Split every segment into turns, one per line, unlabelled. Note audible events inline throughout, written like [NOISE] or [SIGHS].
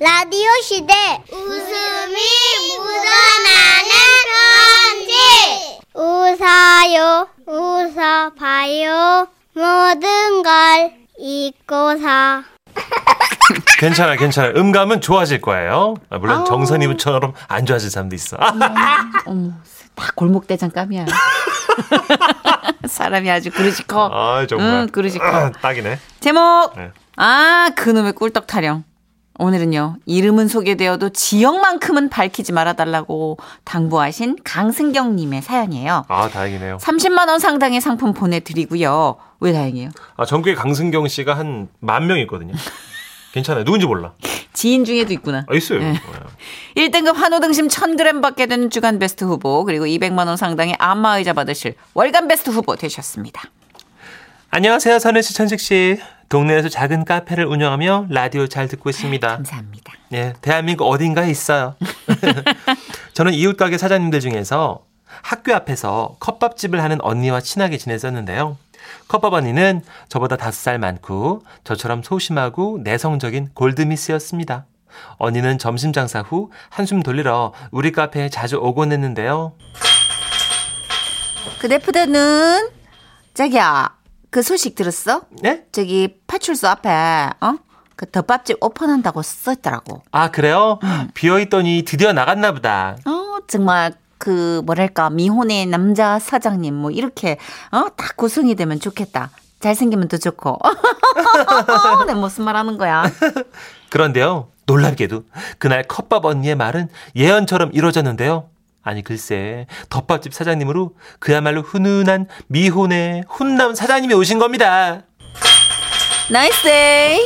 라디오 시대 웃음이 묻어나는 편지 웃어요 웃어봐요 모든 걸 잊고 사
괜찮아, 괜찮아. 음감은 좋아질 거예요. 아, 물론 정선님처럼 안 좋아질 사람도 있어. [LAUGHS]
음, 뭐. 어머, 다 아, 골목대장감이야. [LAUGHS] 사람이 아주 그릇이 커.
아, 정말.
응, 음, 그릇이 커.
딱이네.
제목.
네.
아, 그놈의 꿀떡 타령. 오늘은요, 이름은 소개되어도 지역만큼은 밝히지 말아달라고 당부하신 강승경님의 사연이에요.
아, 다행이네요.
30만원 상당의 상품 보내드리고요. 왜 다행이에요?
아, 전국에 강승경 씨가 한 만 명 있거든요. 괜찮아요. 누군지 몰라.
지인 중에도 있구나.
아, 있어요.
네.
어.
1등급 한우 등심 1000g 받게 되는 주간 베스트 후보, 그리고 200만원 상당의 안마의자 받으실 월간 베스트 후보 되셨습니다.
안녕하세요, 선우 씨, 천식 씨. 동네에서 작은 카페를 운영하며 라디오 잘 듣고 있습니다.
감사합니다.
예, 대한민국 어딘가에 있어요. [LAUGHS] 저는 이웃 가게 사장님들 중에서 학교 앞에서 컵밥집을 하는 언니와 친하게 지냈었는데요. 컵밥 언니는 저보다 다섯 살 많고 저처럼 소심하고 내성적인 골드미스였습니다. 언니는 점심 장사 후 한숨 돌리러 우리 카페에 자주 오곤 했는데요.
그 대표대는 자기야 그 소식 들었어?
네?
저기 파출소 앞에 어그 덮밥집 오픈한다고 써있더라고.
아 그래요? 비어 있더니 드디어 나갔나 보다.
어 정말 그 뭐랄까 미혼의 남자 사장님 뭐 이렇게 어딱 구성이 되면 좋겠다. 잘생기면 더 좋고. [LAUGHS] 내 무슨 말하는 거야?
그런데요, 놀랍게도 그날 컵밥 언니의 말은 예언처럼 이루어졌는데요. 아니 글쎄 덮밥집 사장님으로 그야말로 훈훈한 미혼의 훈남 사장님이 오신 겁니다.
나이스 데이.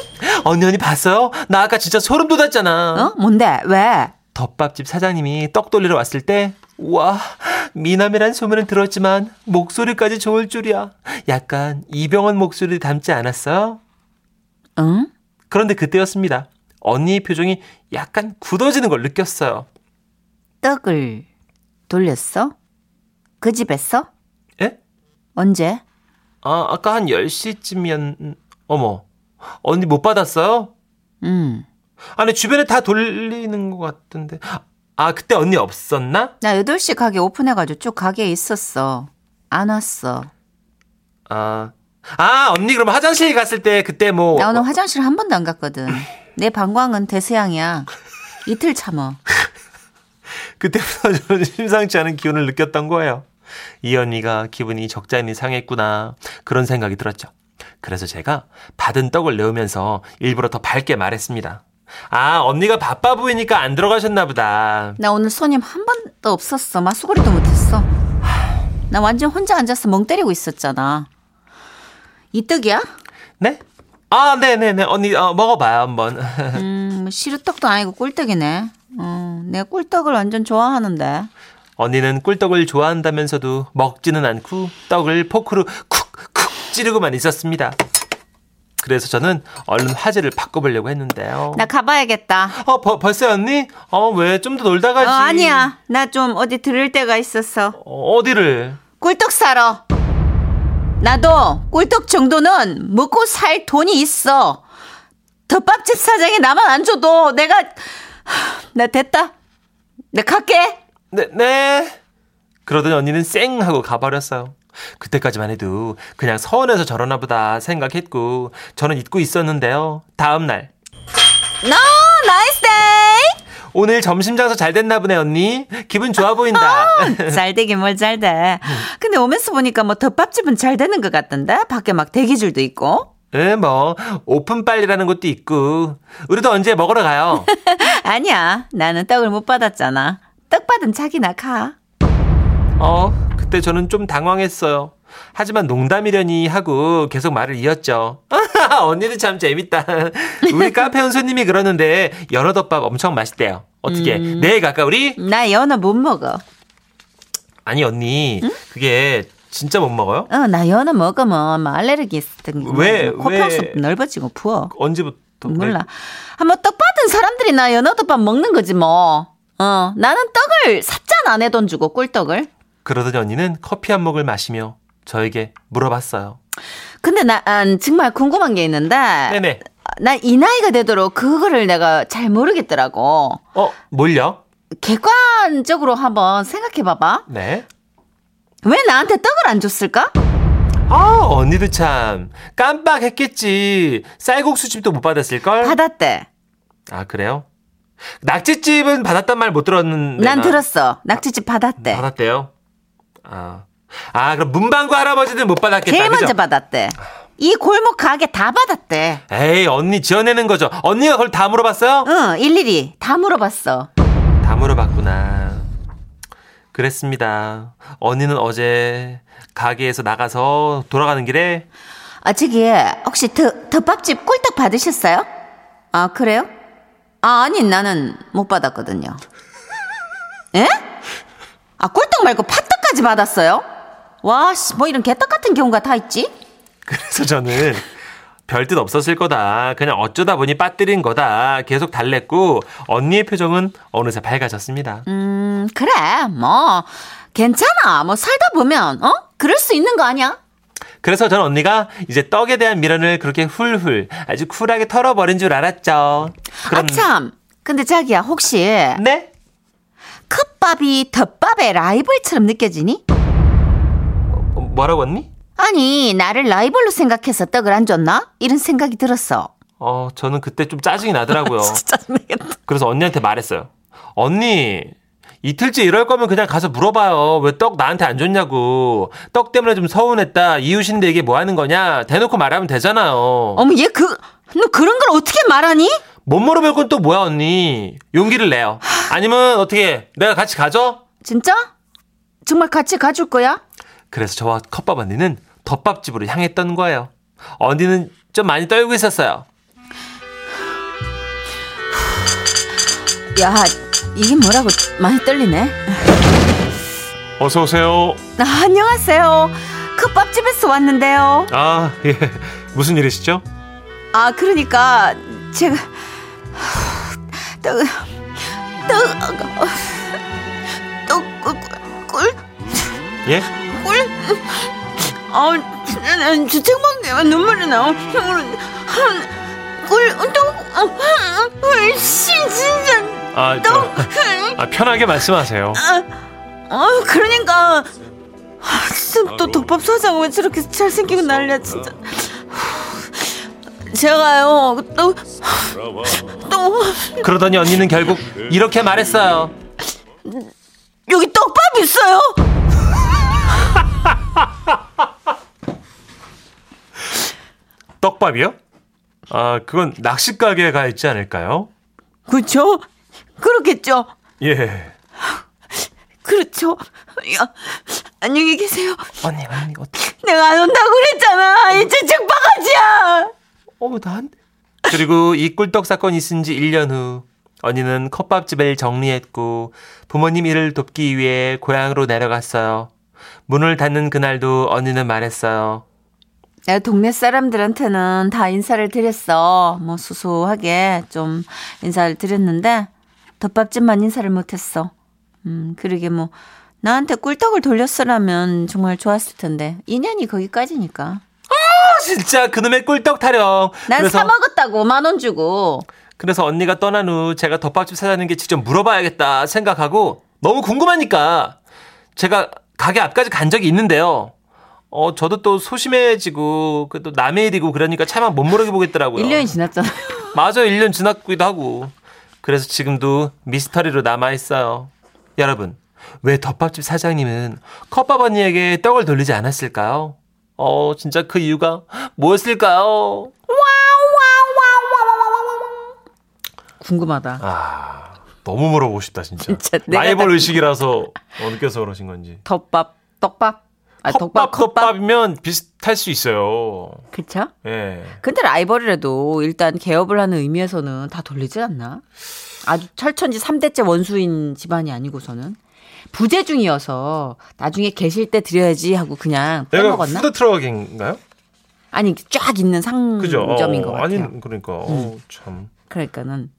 언니 언니 봤어요? 나 아까 진짜 소름 돋았잖아.
어 뭔데 왜?
덮밥집 사장님이 떡 돌리러 왔을 때 우와 미남이란 소문은 들었지만 목소리까지 좋을 줄이야. 약간 이병헌 목소리 닮지 않았어요?
응?
그런데 그때였습니다. 언니의 표정이 약간 굳어지는 걸 느꼈어요.
떡을 돌렸어? 그 집에서?
예?
언제?
아, 아까 한 10시쯤이었, 어머. 언니 못 받았어요?
응.
아니, 주변에 다 돌리는 것 같던데. 아, 그때 언니 없었나?
나 8시 가게 오픈해가지고 쭉 가게에 있었어. 안 왔어.
아, 아, 언니 그럼 화장실 갔을 때 그때 뭐.
나 오늘
어,
화장실 한 번도 안 갔거든. 내 방광은 대서양이야. 이틀 참어.
그때부터 저는 [LAUGHS] 심상치 않은 기운을 느꼈던 거예요. 이 언니가 기분이 적잖이 상했구나. 그런 생각이 들었죠. 그래서 제가 받은 떡을 내오면서 일부러 더 밝게 말했습니다. 아, 언니가 바빠 보이니까 안 들어가셨나 보다.
나 오늘 손님 한 번도 없었어. 마수거리도 못했어. 하, 나 완전 혼자 앉아서 멍 때리고 있었잖아. 이 떡이야?
네? 아, 네네네. 언니, 어, 먹어봐요, 한번. [LAUGHS]
음, 뭐 시루떡도 아니고 꿀떡이네. 어, 내가 꿀떡을 완전 좋아하는데.
언니는 꿀떡을 좋아한다면서도 먹지는 않고 떡을 포크로 쿡쿡 찌르고만 있었습니다. 그래서 저는 얼른 화제를 바꿔보려고 했는데요.
나 가봐야겠다.
어, 벌- 벌써 언니? 어, 왜 좀 더 놀다
어,
가지?
아니야. 나 좀 어디 들을 데가 있었어.
어, 어디를?
꿀떡 사러. 나도 꿀떡 정도는 먹고 살 돈이 있어. 덮밥집 사장이 나만 안 줘도 내가 하, 나 됐다. 나 갈게.
네, 네. 그러더니 언니는 쌩 하고 가버렸어요. 그때까지만 해도 그냥 서운해서 저러나 보다 생각했고 저는 잊고 있었는데요. 다음 날
너 나이스 데이.
오늘 점심 장사 잘 됐나 보네 언니. 기분 좋아 보인다.
잘 되긴 뭘 잘 돼. 근데 오면서 보니까 뭐 덮밥집은 잘 되는 것 같던데. 밖에 막 대기줄도 있고.
예, 뭐 오픈빨이라는 것도 있고 우리도 언제 먹으러 가요.
[LAUGHS] 아니야. 나는 떡을 못 받았잖아. 떡 받은 자기나 가.
어, 그때 저는 좀 당황했어요. 하지만 농담이려니 하고 계속 말을 이었죠. [LAUGHS] 언니도 참 재밌다.
[LAUGHS]
우리 카페 온 손님이 그러는데 연어덮밥 엄청 맛있대요. 어떻게
음.
네, 내일 갈까 우리?
나 연어 못 먹어.
아니 언니 그게 진짜 못 먹어요?
어, 나 연어 먹으면 뭐 알레르기 있었던
왜,
코평수 뭐
왜?
넓어지고 부어.
언제부터? 네,
몰라. 한번 떡 받은 사람들이 나 연어 떡밥 먹는 거지 뭐. 어, 나는 떡을 샀잖아 내 돈 주고 꿀떡을.
그러더니 언니는 커피 한 모금을 마시며 저에게 물어봤어요.
근데 나 아, 정말 궁금한 게 있는데.
네네.
난 이 나이가 되도록 그거를 내가 잘 모르겠더라고.
어, 뭘요?
객관적으로 한번 생각해 봐봐.
네.
왜 나한테 떡을 안 줬을까?
아, 언니도 참. 깜빡했겠지. 쌀국수집도 못 받았을걸?
받았대.
아, 그래요? 낙지집은 받았단 말 못 들었는데.
난
나-
들었어. 낙지집 받았대.
받았대요? 아. 아, 그럼 문방구 할아버지는 못 받았겠다.
제일 먼저
그죠?
받았대. 이 골목 가게 다 받았대.
에이, 언니 지어내는 거죠. 언니가 그걸 다 물어봤어요?
응, 일일이 다 물어봤어.
다 물어봤구나. 그랬습니다. 언니는 어제 가게에서 나가서 돌아가는 길에
아, 저기, 혹시 더, 덮밥집 꿀떡 받으셨어요? 아, 그래요? 아, 아니, 나는 못 받았거든요. 예? 아, 꿀떡 말고 팥떡까지 받았어요? 와, 씨, 뭐 이런 개떡 같은 경우가 다 있지?
그래서 저는 별 뜻 없었을 거다. 그냥 어쩌다 보니 빠뜨린 거다. 계속 달랬고 언니의 표정은 어느새 밝아졌습니다.
음, 그래, 뭐, 괜찮아. 뭐, 살다 보면, 어? 그럴 수 있는 거 아니야?
그래서 전 언니가 이제 떡에 대한 미련을 그렇게 훌훌 아주 쿨하게 털어버린 줄 알았죠.
아, 참. 근데 자기야, 혹시,
네?
컵밥이 덮밥의 라이벌처럼 느껴지니?
어, 뭐라고 언니?
아니, 나를 라이벌로 생각해서 떡을 안 줬나? 이런 생각이 들었어.
어, 저는 그때 좀 짜증이
[LAUGHS]
나더라고요.
아, 진짜 짜증나겠다.
그래서 언니한테 말했어요. 언니, 이틀째 이럴 거면 그냥 가서 물어봐요. 왜 떡 나한테 안 줬냐고. 떡 때문에 좀 서운했다. 이웃인데 이게 뭐 하는 거냐. 대놓고 말하면 되잖아요.
어머, 얘 그, 너 그런 걸 어떻게 말하니?
못 물어볼 건 또 뭐야, 언니. 용기를 내요. 아니면 어떻게 해? 내가 같이 가죠?
진짜? 정말 같이 가줄 거야?
그래서 저와 컵밥 언니는 덮밥집으로 향했던 거예요. 언니는 좀 많이 떨고 있었어요.
야, 이게 뭐라고 많이 떨리네. [LAUGHS]
어서 오세요.
아, 안녕하세요. 컵밥집에서 왔는데요.
아, 예. 무슨 일이시죠?
아, 그러니까 제가 [SIGHS] 떡, 떡, 떡, 꿀, 꿀,
예?
꿀. 아, 주책먹게 눈물이 나와. 꿀, 떡, 어, 씨, 진짜
아,
떡.
아 편하게 말씀하세요.
아, 그러니까. 아, 진짜 또 독밥 사장 왜 저렇게 잘생기고 난리야 진짜. 제가요 또 또,
그러더니 언니는 결국 이렇게 말했어요.
여기 떡밥 있어요.
떡밥이요? 아, 그건 낚시 가게에 가 있지 않을까요?
그렇죠? 그렇겠죠.
예.
그렇죠. 야, 안녕히 계세요.
언니, 언니 어떻게?
내가 안 온다고 그랬잖아. 이제 즉바가지야.
어, 난 그리고 이 꿀떡 사건이 있은 지 1년 후 언니는 컵밥집을 정리했고 부모님 일을 돕기 위해 고향으로 내려갔어요. 문을 닫는 그날도 언니는 말했어요.
내가 동네 사람들한테는 다 인사를 드렸어. 뭐 수수하게 좀 인사를 드렸는데 덮밥집만 인사를 못했어. 음, 그러게 뭐 나한테 꿀떡을 돌렸으라면 정말 좋았을 텐데 인연이 거기까지니까.
아, 진짜 그놈의 꿀떡 타령.
난
그래서
사 먹었다고 만 원 주고.
그래서 언니가 떠난 후 제가 덮밥집 사자는 게 직접 물어봐야겠다 생각하고 너무 궁금하니까 제가 가게 앞까지 간 적이 있는데요. 어, 저도 또 소심해지고 그또 남의 일이고 그러니까 차마 못 물어보겠더라고요.
1년이 지났잖아.
맞아요. 1년 지났기도 하고. 그래서 지금도 미스터리로 남아있어요. 여러분, 왜 덮밥집 사장님은 컵밥 언니에게 떡을 돌리지 않았을까요? 어, 진짜 그 이유가 무엇일까요?
궁금하다.
아 너무 물어보고 싶다 진짜.
진짜 내가
라이벌
딱-
의식이라서 어, 느껴서 그러신 건지.
덮밥, 떡밥. 아,
컵밥
덮밥, 컵밥.
컵밥이면 비슷할 수 있어요.
그쵸?
예.
근데 라이벌이라도 일단 개업을 하는 의미에서는 다 돌리지 않나? 아주 철천지 3대째 원수인 집안이 아니고서는 부재 중이어서 나중에 계실 때 드려야지 하고 그냥
내가
빼먹었나?
푸드트럭인가요?
아니 쫙 있는
그죠? 어,
음, 상점인 것 같아요. 음.
아니 어. 그러니까 어, 참.
그러니까는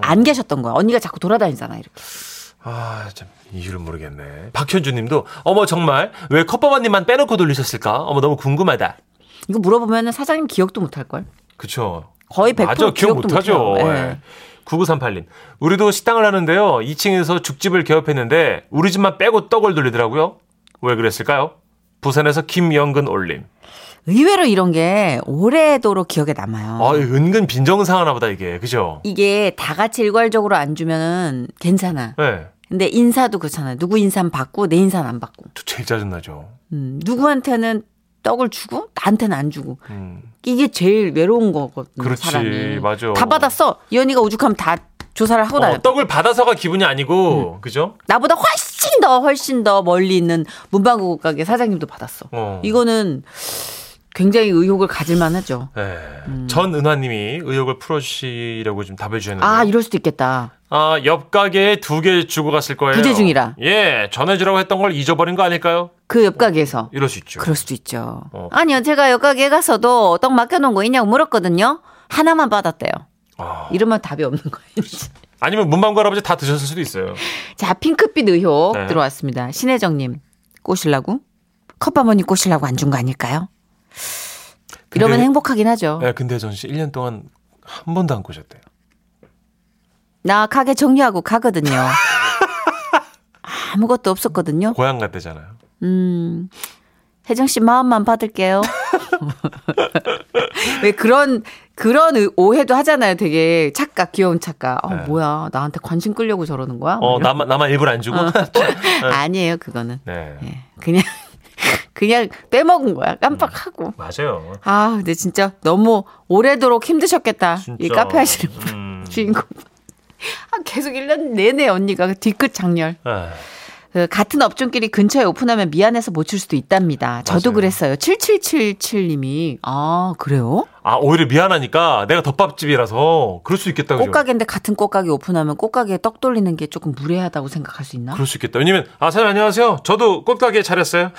안 계셨던 거야. 언니가 자꾸 돌아다니잖아 이렇게.
아, 참 이유를 모르겠네. 박현주 님도 어머 정말 왜 컵밥 언니만 빼놓고 돌리셨을까? 어머 너무 궁금하다.
이거 물어보면 사장님 기억도 못할 걸.
그쵸.
거의 100%
맞아, 기억
기억도
못하죠.
못해요.
예.
예.
9938님. 우리도 식당을 하는데요. 2층에서 죽집을 개업했는데 우리 집만 빼고 떡을 돌리더라고요. 왜 그랬을까요? 부산에서 김영근 올림.
의외로 이런 게 오래도록 기억에 남아요.
아, 은근 빈정상 하나 보다 이게. 그죠?
이게 다 같이 일괄적으로 안 주면은 괜찮아.
예.
근데 인사도 그렇잖아. 누구 인사는 받고 내 인사는 안 받고.
저 제일 짜증나죠.
음, 누구한테는 떡을 주고 나한테는 안 주고.
음.
이게 제일 외로운 거거든요.
그렇지,
사람이.
맞아.
다 받았어. 이 언니가 오죽하면 다 조사를 하고 다녀.
어, 떡을 받아서가 기분이 아니고,
음.
그죠?
나보다 훨씬 더 훨씬 더 멀리 있는 문방구 가게 사장님도 받았어.
어.
이거는 굉장히 의혹을 가질 만하죠.
예.
음.
전은화님이 의욕을 풀어주시려고 좀 답해 주셨는데.
아
아,
이럴 수도 있겠다.
옆 가게에 두 개 주고 갔을 거예요.
부재 중이라.
예, 전해주라고 했던 걸 잊어버린 거 아닐까요?
그 옆가게에서.
이럴 수 있죠.
그럴 수도 있죠.
어.
아니요 제가 옆가게 가서도 떡 맡겨놓은 거 있냐고 물었거든요. 하나만 받았대요.
아.
이러면 답이 없는 거예요.
아니면 문방구 할아버지 다 드셨을 수도 있어요.
자 핑크빛 의혹
네.
들어왔습니다. 신혜정님 꼬실라고 컵바머니 꼬실라고 안 준 거 아닐까요? 이러면
근데-
행복하긴 하죠.
예, 근데 전 씨 1년 동안 한 번도 안 꼬셨대요.
나 가게 정리하고 가거든요. 아무것도 없었거든요.
고향 갔대잖아요.
음. 혜정 씨
[LAUGHS]
마음만 받을게요. 왜 그런 그런 의- 오해도 하잖아요. 되게 착각, 귀여운 착각. 어,
네.
뭐야. 나한테 관심 끌려고 저러는 거야?
어, 네. 나만, 나만 일부러 안 주고.
아. [LAUGHS] 아니에요, 그거는.
[LAUGHS] 네.
예, 그냥 그냥 빼먹은 거야. 깜빡하고.
맞아요.
아, 근데 진짜 너무 오래도록 힘드셨겠다. 이
진짜.
카페 하시는 분,
음.
주인공. 아, 계속 1년 내내 언니가 그 뒤끝 장렬.
예.
그 같은 업종끼리 근처에 오픈하면 미안해서 못 칠 수도 있답니다. 저도
맞아요.
그랬어요. 7777님이. 아, 그래요?
아, 오히려 미안하니까 내가 덮밥집이라서 그럴 수 있겠다. 그죠?
꽃가게인데 같은 꽃가게 오픈하면 꽃가게에 떡 돌리는 게 조금 무례하다고 생각할 수 있나?
그럴 수 있겠다. 왜냐면 아 사장님 안녕하세요. 저도 꽃가게 차렸어요.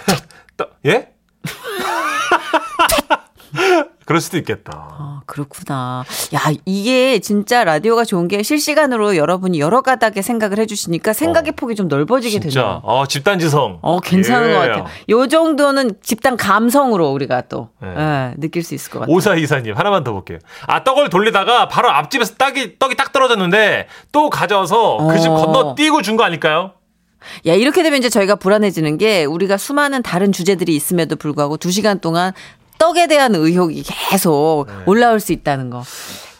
따- 예? [LAUGHS] 그럴 수도 있겠다.
아, 그렇구나. 야, 이게 진짜 라디오가 좋은 게 실시간으로 여러분이 여러 가닥의 생각을 해주시니까 생각의 폭이 좀 넓어지게
진짜
되네요.
어 집단지성.
어, 괜찮은
예.
것 같아요. 요 정도는 집단 감성으로 우리가 또
네.
예, 느낄 수 있을 것 같아요.
오사 이사님 하나만 더 볼게요. 아 떡을 돌리다가 바로 앞집에서 떡이 떡이 딱 떨어졌는데 또 가져와서 그 집
어.
건너뛰고 준 거 아닐까요?
야, 이렇게 되면 이제 저희가 불안해지는 게 우리가 수많은 다른 주제들이 있음에도 불구하고 두 시간 동안 떡에 대한 의혹이 계속
예.
올라올 수 있다는 거.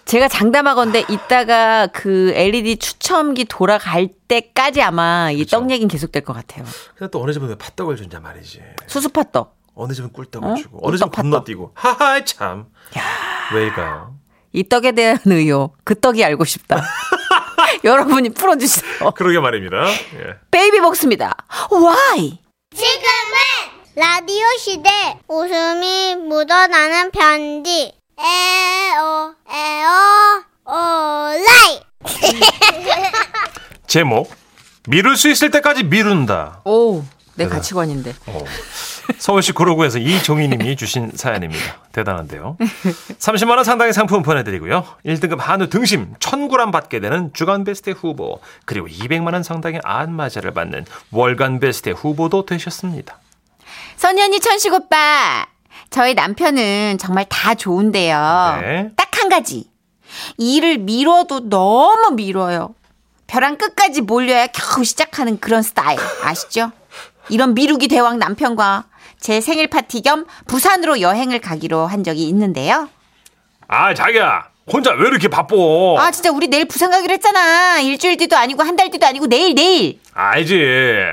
제가 장담하건데 이따가 그 LED 추첨기 돌아갈 때까지 아마 이 떡 얘기는 계속될 것 같아요.
근데 또 어느 집은 팥떡을 준단 말이지.
수수팥떡.
어느 집은 꿀떡을
어?
주고 어느 집은
꿀떡, 팥떡.
건너뛰고. 하하 참. 왜일까요?
이 떡에 대한 의혹. 그 떡이
[LAUGHS]
알고 싶다. 여러분이 풀어주세요.
그러게 말입니다. 예.
베이비복스입니다. Why?
지금은 라디오 시대 웃음이 묻어나는 편지 에어 에어 오라이
제목 미룰 수 있을 때까지 미룬다. 어.
오, 내 가치관인데.
서울시 구로구에서 이종희님이 주신 사연입니다. 대단한데요. 30만 원 상당의 상품 보내드리고요. 1등급 한우 등심 1,000g 받게 되는 주간 베스트 후보 그리고 200만 원 상당의 안마자를 받는 월간 베스트 후보도 되셨습니다.
선희 언니, 천식 오빠. 저희 남편은 정말 다 좋은데요.
네.
딱 한 가지. 일을 미뤄도 너무 미뤄요. 벼랑 끝까지 몰려야 겨우 시작하는 그런 스타일. 아시죠? 이런 미루기 대왕 남편과 제 생일 파티 겸 부산으로 여행을 가기로 한 적이 있는데요.
아 자기야 혼자 왜 이렇게 바빠?
아 진짜 우리 내일 부산 가기로 했잖아. 일주일 뒤도 아니고 한 달 뒤도 아니고 내일 내일.
알지.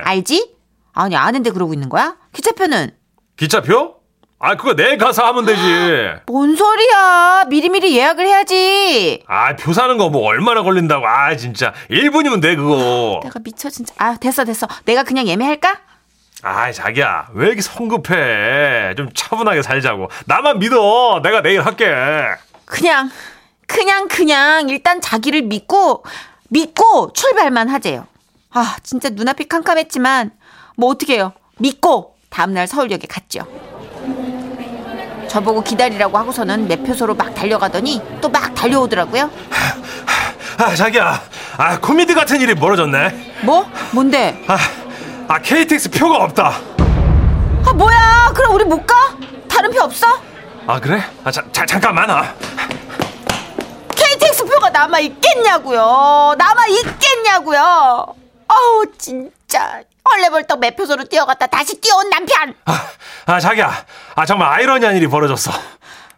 알지? 아니 아는데 그러고 있는 거야? 기차표는?
기차표? 아 그거 내일 가서 하면 되지.
뭔 소리야? 미리미리 예약을 해야지.
아 표 사는 거 뭐 얼마나 걸린다고? 아 진짜 1분이면 돼 그거.
내가 미쳐 진짜. 아 됐어 됐어. 내가 그냥 예매할까?
아 자기야 왜 이렇게 성급해 좀 차분하게 살자고 나만 믿어 내가 내일 할게
그냥 그냥 그냥 일단 자기를 믿고 믿고 출발만 하재요. 아 진짜 눈앞이 캄캄했지만 뭐 어떻게 해요? 믿고 다음날 서울역에 갔죠. 저보고 기다리라고 하고서는 매표소로 막 달려가더니 또 막 달려오더라고요.
아 자기야 아 코미디 같은 일이 벌어졌네
뭐? 뭔데?
아, 아 KTX 표가 없다
아 뭐야? 그럼 우리 못 가? 다른 표 없어?
아 그래? 아 자, 자, 잠깐만 아.
남아 있겠냐고요. 남아 있겠냐고요. 어우 진짜 얼레벌떡 매표소로 뛰어갔다 다시 뛰어온 남편.
아, 아, 자기야. 아, 정말 아이러니한 일이 벌어졌어.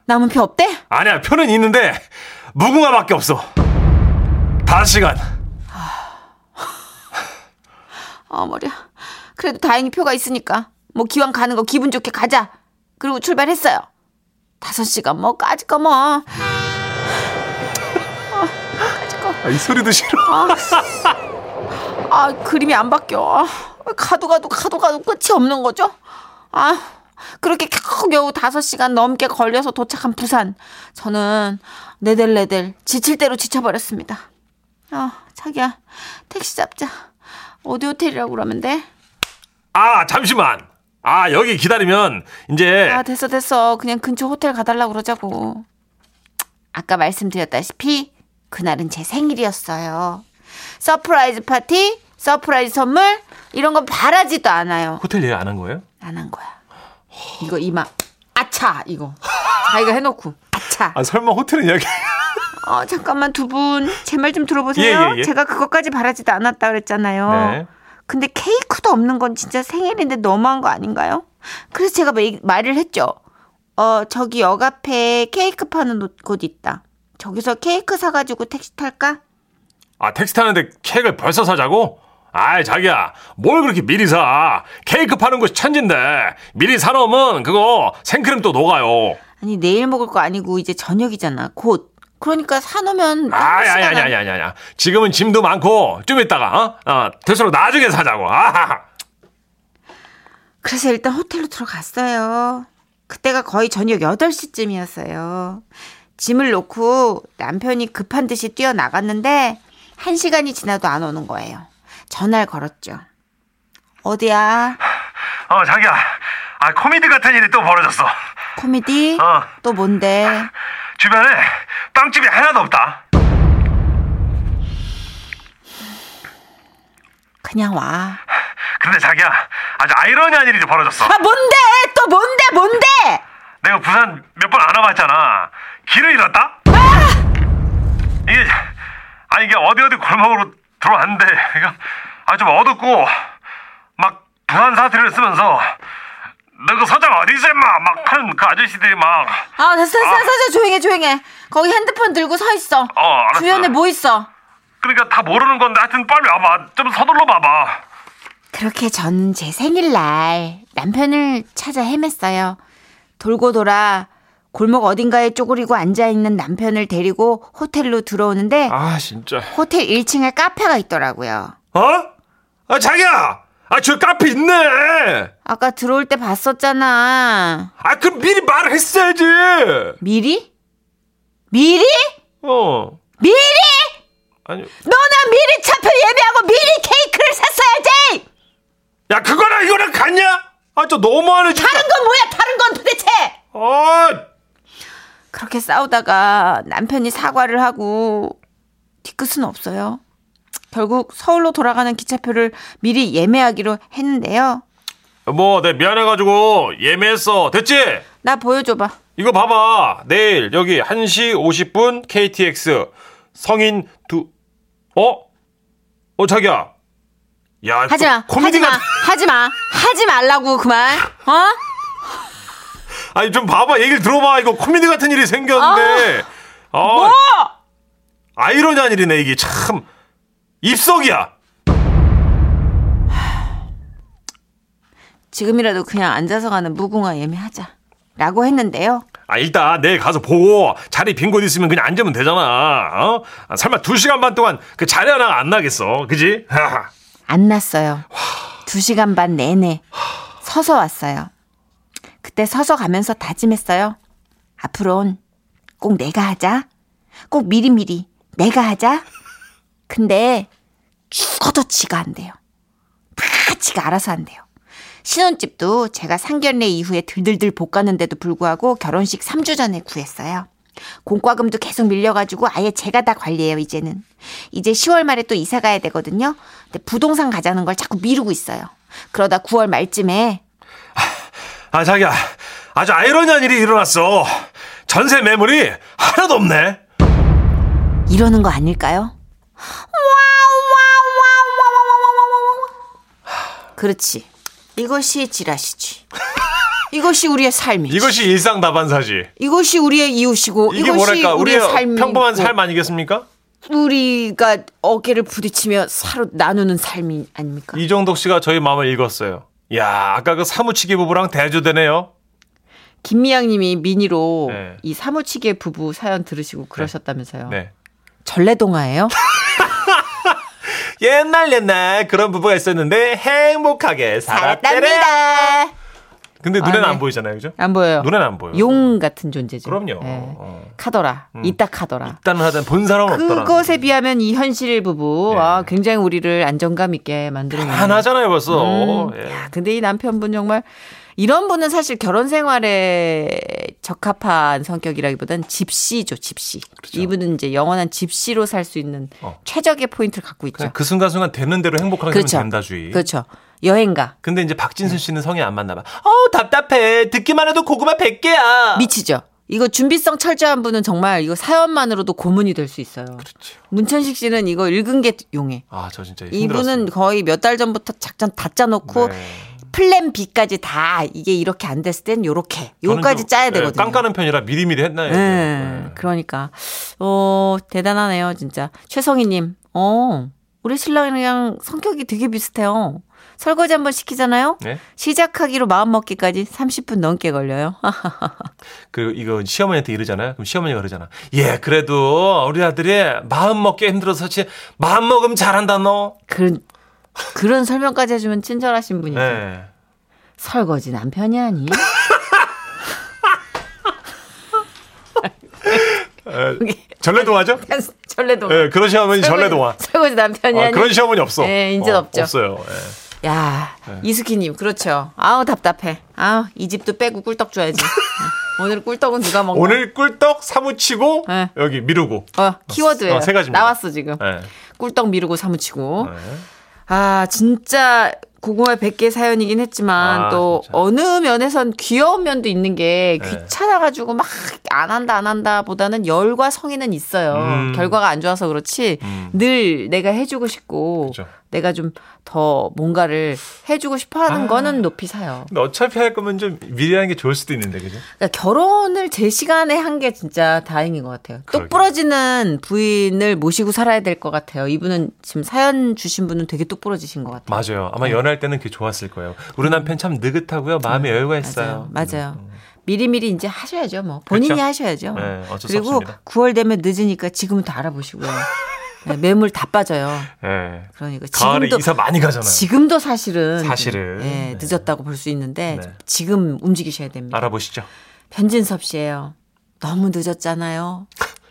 남은 표 없대?
아니야, 표는 있는데 무궁화밖에 없어. 다섯 시간.
어머랴. 그래도 다행히 표가 있으니까 뭐 기왕 가는 거 기분 좋게 가자. 그리고 출발했어요. 다섯 시간 뭐 까짓 거 뭐. 아, 까짓 거.
아, 이 소리도 싫어.
아, 아 그림이 안 바뀌어. 아, 가도 가도 가도 가도 끝이 없는 거죠? 아 그렇게 겨우 겨우 다섯 시간 넘게 걸려서 도착한 부산. 저는 네들네들 지칠 대로 지쳐버렸습니다. 아 자기야 택시 잡자. 어디 호텔이라고 그러면 돼?
아, 잠시만. 아, 여기 기다리면 이제
아 됐어 됐어 그냥 근처 호텔 가달라고 그러자고 아까 말씀드렸다시피 그날은 제 생일이었어요 서프라이즈 파티 서프라이즈 선물 이런 건 바라지도 않아요
호텔 예약 안 한 거예요?
안 한 거야 이거 이마 아차 이거 자기가 해놓고 아차
아, 설마 호텔은 예약?
어 잠깐만 두 분 제 말 좀 들어보세요
예, 예, 예.
제가 그것까지 바라지도 않았다 그랬잖아요
네.
근데 케이크도 없는 건 진짜 생일인데 너무한 거 아닌가요? 그래서 제가 매- 말을 했죠. 어, 저기 역 앞에 케이크 파는 옷- 곳 있다. 저기서 케이크 사가지고 택시 탈까?
아, 택시 타는데 케이크를 벌써 사자고? 아이, 자기야. 뭘 그렇게 미리 사? 케이크 파는 곳이 천진데. 미리 사놓으면 그거 생크림 또 녹아요.
아니, 내일 먹을 거 아니고 이제 저녁이잖아. 곧. 그러니까 사놓으면.
아이, 아이,
시간
아니,
안-
아니, 아니, 아니. 지금은 짐도 많고, 좀 이따가, 어? 어, 될수록 나중에 사자고. 아하.
그래서 일단 호텔로 들어갔어요. 그때가 거의 저녁 8시쯤이었어요. 짐을 놓고 남편이 급한 듯이 뛰어나갔는데 한시간이 지나도 안 오는 거예요. 전화를 걸었죠. 어디야?
어, 자기야. 아, 코미디 같은 일이 또 벌어졌어.
코미디?
어.
또 뭔데?
주변에 빵집이 하나도 없다.
그냥 와.
근데 자기야, 아주 아이러니한 일이 벌어졌어.
아 뭔데? 또 뭔데? 뭔데?
내가 부산 몇 번 안 와봤잖아. 길을 잃었다? 이게 아니 이게 어디 어디 골목으로 들어왔는데 이거 아좀 어둡고 막 부산 사투리를 쓰면서 너 그 서장 어디 있어 임마 막 하는 그 아저씨들이 막아
아 됐어 됐어
아.
됐어 조용해 조용해. 거기 핸드폰 들고 서 있어.
알았어.
주변에 뭐 있어?
그러니까 다 모르는 건데 하여튼 빨리 와봐 좀 서둘러 봐봐
그렇게 전 제 생일날 남편을 찾아 헤맸어요. 돌고 돌아 골목 어딘가에 쪼그리고 앉아있는 남편을 데리고 호텔로 들어오는데
아 진짜
호텔 1층에 카페가 있더라고요.
어? 아 자기야 아 저 카페 있네
아까 들어올 때 봤었잖아.
아 그럼 미리 말을 했어야지
미리? 미리?
어
미리?
아니
너는 미리 차표 예매하고 미리 케이크를 샀어야지!
야 그거랑 이거랑 같냐? 아 저 너무하네 진짜
다른 건 뭐야? 다른 건 도대체!
아
그렇게 싸우다가 남편이 사과를 하고 뒤끝은 없어요. 결국 서울로 돌아가는 기차표를 미리 예매하기로 했는데요.
뭐, 내 미안해가지고 예매했어. 됐지?
나 보여줘봐.
이거 봐봐. 내일 여기 1시 50분 KTX 성인 두, 어? 어, 자기야. 야,
하지마.
또 어, 코미디
하지마.
같-
하지마. 하지 말라고 그만. 어?
아니, 좀 봐봐. 얘기를 들어봐. 이거 코미디 같은 일이 생겼는데. 아,
뭐?
아이러니한 일이네, 이게. 참. 입석이야.
지금이라도 그냥 앉아서 가는 무궁화 예매하자. 라고 했는데요.
아, 일단 내일 가서 보고 자리 빈 곳 있으면 그냥 앉으면 되잖아. 어? 아, 설마 두 시간 반 동안 그 자리 하나 안 나겠어. 그지? [LAUGHS]
안 났어요. 두 시간 반 내내 서서 왔어요. 그때 서서 가면서 다짐했어요. 앞으론 꼭 내가 하자. 꼭 미리미리 내가 하자. 근데 죽어도 지가 안 돼요. 다 지가 알아서 한대요. 신혼집도 제가 상견례 이후에 들들들 볶았는데도 불구하고 결혼식 3주 전에 구했어요. 공과금도 계속 밀려가지고 아예 제가 다 관리해요, 이제는. 이제 10월 말에 또 이사 가야 되거든요. 근데 부동산 가자는 걸 자꾸 미루고 있어요. 그러다 9월 말쯤에
아, 자기야. 아주 아이러니한 일이 일어났어. 전세 매물이 하나도 없네.
이러는 거 아닐까요? 그렇지. 이것이 지라시지. 이것이 우리의 삶이지.
이것이 일상 다반사지.
이것이 우리의 이웃이고
이게
어, 이것이
뭐랄까
우리의,
우리의
삶이고
평범한 삶 아니겠습니까?
우리가 어깨를 부딪히며 서로 나누는 삶이 아닙니까?
이종덕 씨가 저희 마음을 읽었어요. 야 아까 그 사무치기 부부랑 대조되네요.
김미양님이 미니로
네.
이 사무치게 부부 사연 들으시고 그러셨다면서요.
네.
전래동화예요?
옛날 옛날 그런 부부가 있었는데 행복하게 살았답니다. 근데
아,
눈에는
네.
안 보이잖아요, 그죠?
안 보여요.
눈에는 안 보여요.
용 같은 존재죠.
그럼요.
예.
어.
카더라, 이따 카더라.
일단은 하여튼 본 사람은 없더라.
그것에 비하면 이 현실 부부
어, 네.
아, 굉장히 우리를 안정감 있게 만드는
음. 하나잖아요 벌써.
음,
예.
야, 근데 이 남편분 정말 이런 분은 사실 결혼 생활에 적합한 성격이라기보단 집시죠, 집시. 이분은 이제 영원한 집시로 살 수 있는
그렇죠. 어.
최적의 포인트를 갖고 있죠.
그냥 그 순간순간 되는 대로 행복하게
그렇죠.
살면 된다주의.
그렇죠. 음. 여행가
근데 이제 박진수 씨는 성이 안 맞나 봐. 어 답답해. 듣기만 해도 고구마 100개야.
미치죠. 이거 준비성 철저한 분은 정말 이거 사연만으로도 고문이 될 수 있어요.
그렇죠.
문천식 씨는 이거 읽은 게 용해.
아, 저 진짜
이분은
힘들었어요.
거의 몇 달 전부터 작전 다 짜놓고
네.
플랜 B까지 다 이게 이렇게 안 됐을 땐 요렇게
저는
요까지
좀, 네.
짜야
예,
되거든요.
깐깐한 편이라 미리미리 했나요?
예. 그러니까 어 대단하네요 진짜 최성희님. 어 우리 신랑이랑 성격이 되게 비슷해요. 설거지 한번 시키잖아요.
네.
시작하기로 마음 먹기까지 30분 넘게 걸려요. [LAUGHS]
그 이거 시어머니한테 이러잖아요. 그럼 시어머니가 그러잖아. 예, 그래도 우리 아들이 마음 먹기 힘들어서 지 마음 먹으면 잘한다 너.
그런 그런 설명까지 해주면 친절하신 분이죠. [LAUGHS]
예.
설거지 남편이 아니.
전래동화죠?
[LAUGHS] 전래동.
예, 그런 시어머니 전래동화.
설거지 남편이
아,
아니.
그런 시어머니 없어.
예, 이젠 없죠.
없어요. 예.
야
네.
이수키님 그렇죠. 아우 답답해. 아우 이 집도 빼고 꿀떡 줘야지. 아, 오늘 꿀떡은 누가 먹나?
오늘 꿀떡 사무치고
예.
여기 미루고.
어, 키워드예요.
어, 세 가지입니다.
나왔어 지금.
예.
꿀떡 미루고 사무치고.
예.
아 진짜 고구마 100개 사연이긴 했지만
아,
또
진짜. 네.
어느 면에선 귀여운 면도 있는 게 귀찮아가지고 막 안 한다 안 한다 보다는 열과 성의는 있어요.
음.
결과가 안 좋아서 그렇지 늘 내가 해주고 싶고
그죠.
내가 좀 더 뭔가를 해주고
아.
싶어하는 거는 높이 사요.
근데 어차피 할 거면 좀 미리 하는 게 좋을 수도 있는데 그죠?
그러니까 결혼을 제 시간에 한 게 진짜 다행인 것 같아요. 똑
그러게요.
부러지는 부인을 모시고 살아야 될 것 같아요. 이분은 지금 사연 주신 분은 되게 똑 부러지신 것 같아요.
맞아요. 아마 연애할 때는 그게 좋았을 거예요. 우리 남편 참 느긋하고요. 마음이
예.
여유가 있어요. 음,
맞아요. 미리미리 이제 하셔야죠. 뭐 본인이
그렇죠?
하셔야죠.
네, 어쩔 수
그리고
없습니다.
9월 되면 늦으니까 지금은 다
[LAUGHS]
알아보시고요. 네, 매물 다 빠져요.
예.
그러니까
가을에
지금도
이사 많이 가잖아요.
지금도 사실은 좀,
사실은.
예, 늦었다고 볼 수 있는데
네. 아.
좀 지금 움직이셔야 됩니다.
알아보시죠.
변진섭 씨예요. 너무 늦었잖아요.